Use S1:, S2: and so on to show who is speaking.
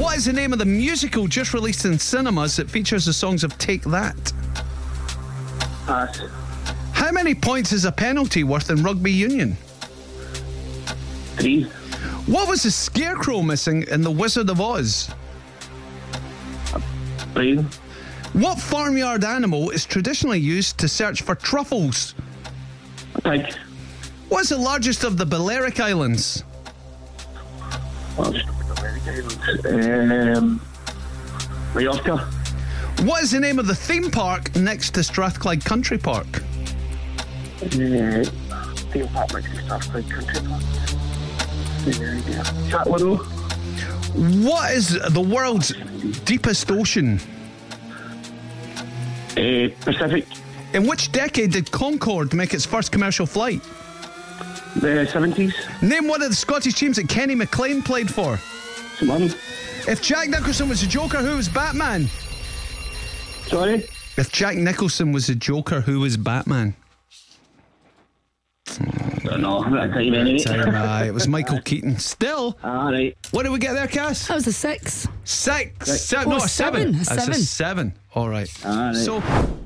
S1: What is the name of the musical just released in cinemas that features the songs of Take That?
S2: Pass.
S1: How many points is a penalty worth in rugby union?
S2: Three.
S1: What was the scarecrow missing in The Wizard of Oz?
S2: Brain.
S1: What farmyard animal is traditionally used to search for truffles?
S2: Pig.
S1: What's the largest of the Balearic Islands?
S2: Um, Mallorca.
S1: What is the name of the theme park next to Strathclyde Country Park?
S2: Uh, theme park makes me stuff like country park. Uh, Chatwinnow.
S1: What is the world's deepest ocean?
S2: Uh, Pacific.
S1: In which decade did Concorde make its first commercial flight?
S2: The 70s.
S1: Name one of the Scottish teams that Kenny McLean played for.
S2: Some money.
S1: If Jack Nicholson was the Joker, who was Batman?
S2: Sorry.
S1: If Jack Nicholson was the Joker, who was Batman?
S2: Don't know. I'm not time anyway.
S1: Time, aye, it was Michael Keaton. Still,
S2: All right.
S1: what did we get there, Cass?
S3: That was a six.
S1: Six. se-
S3: Oh,
S1: no, a seven.
S3: seven,
S1: That's
S3: a
S1: a
S3: seven.
S1: seven. All right.
S2: All right.
S1: So,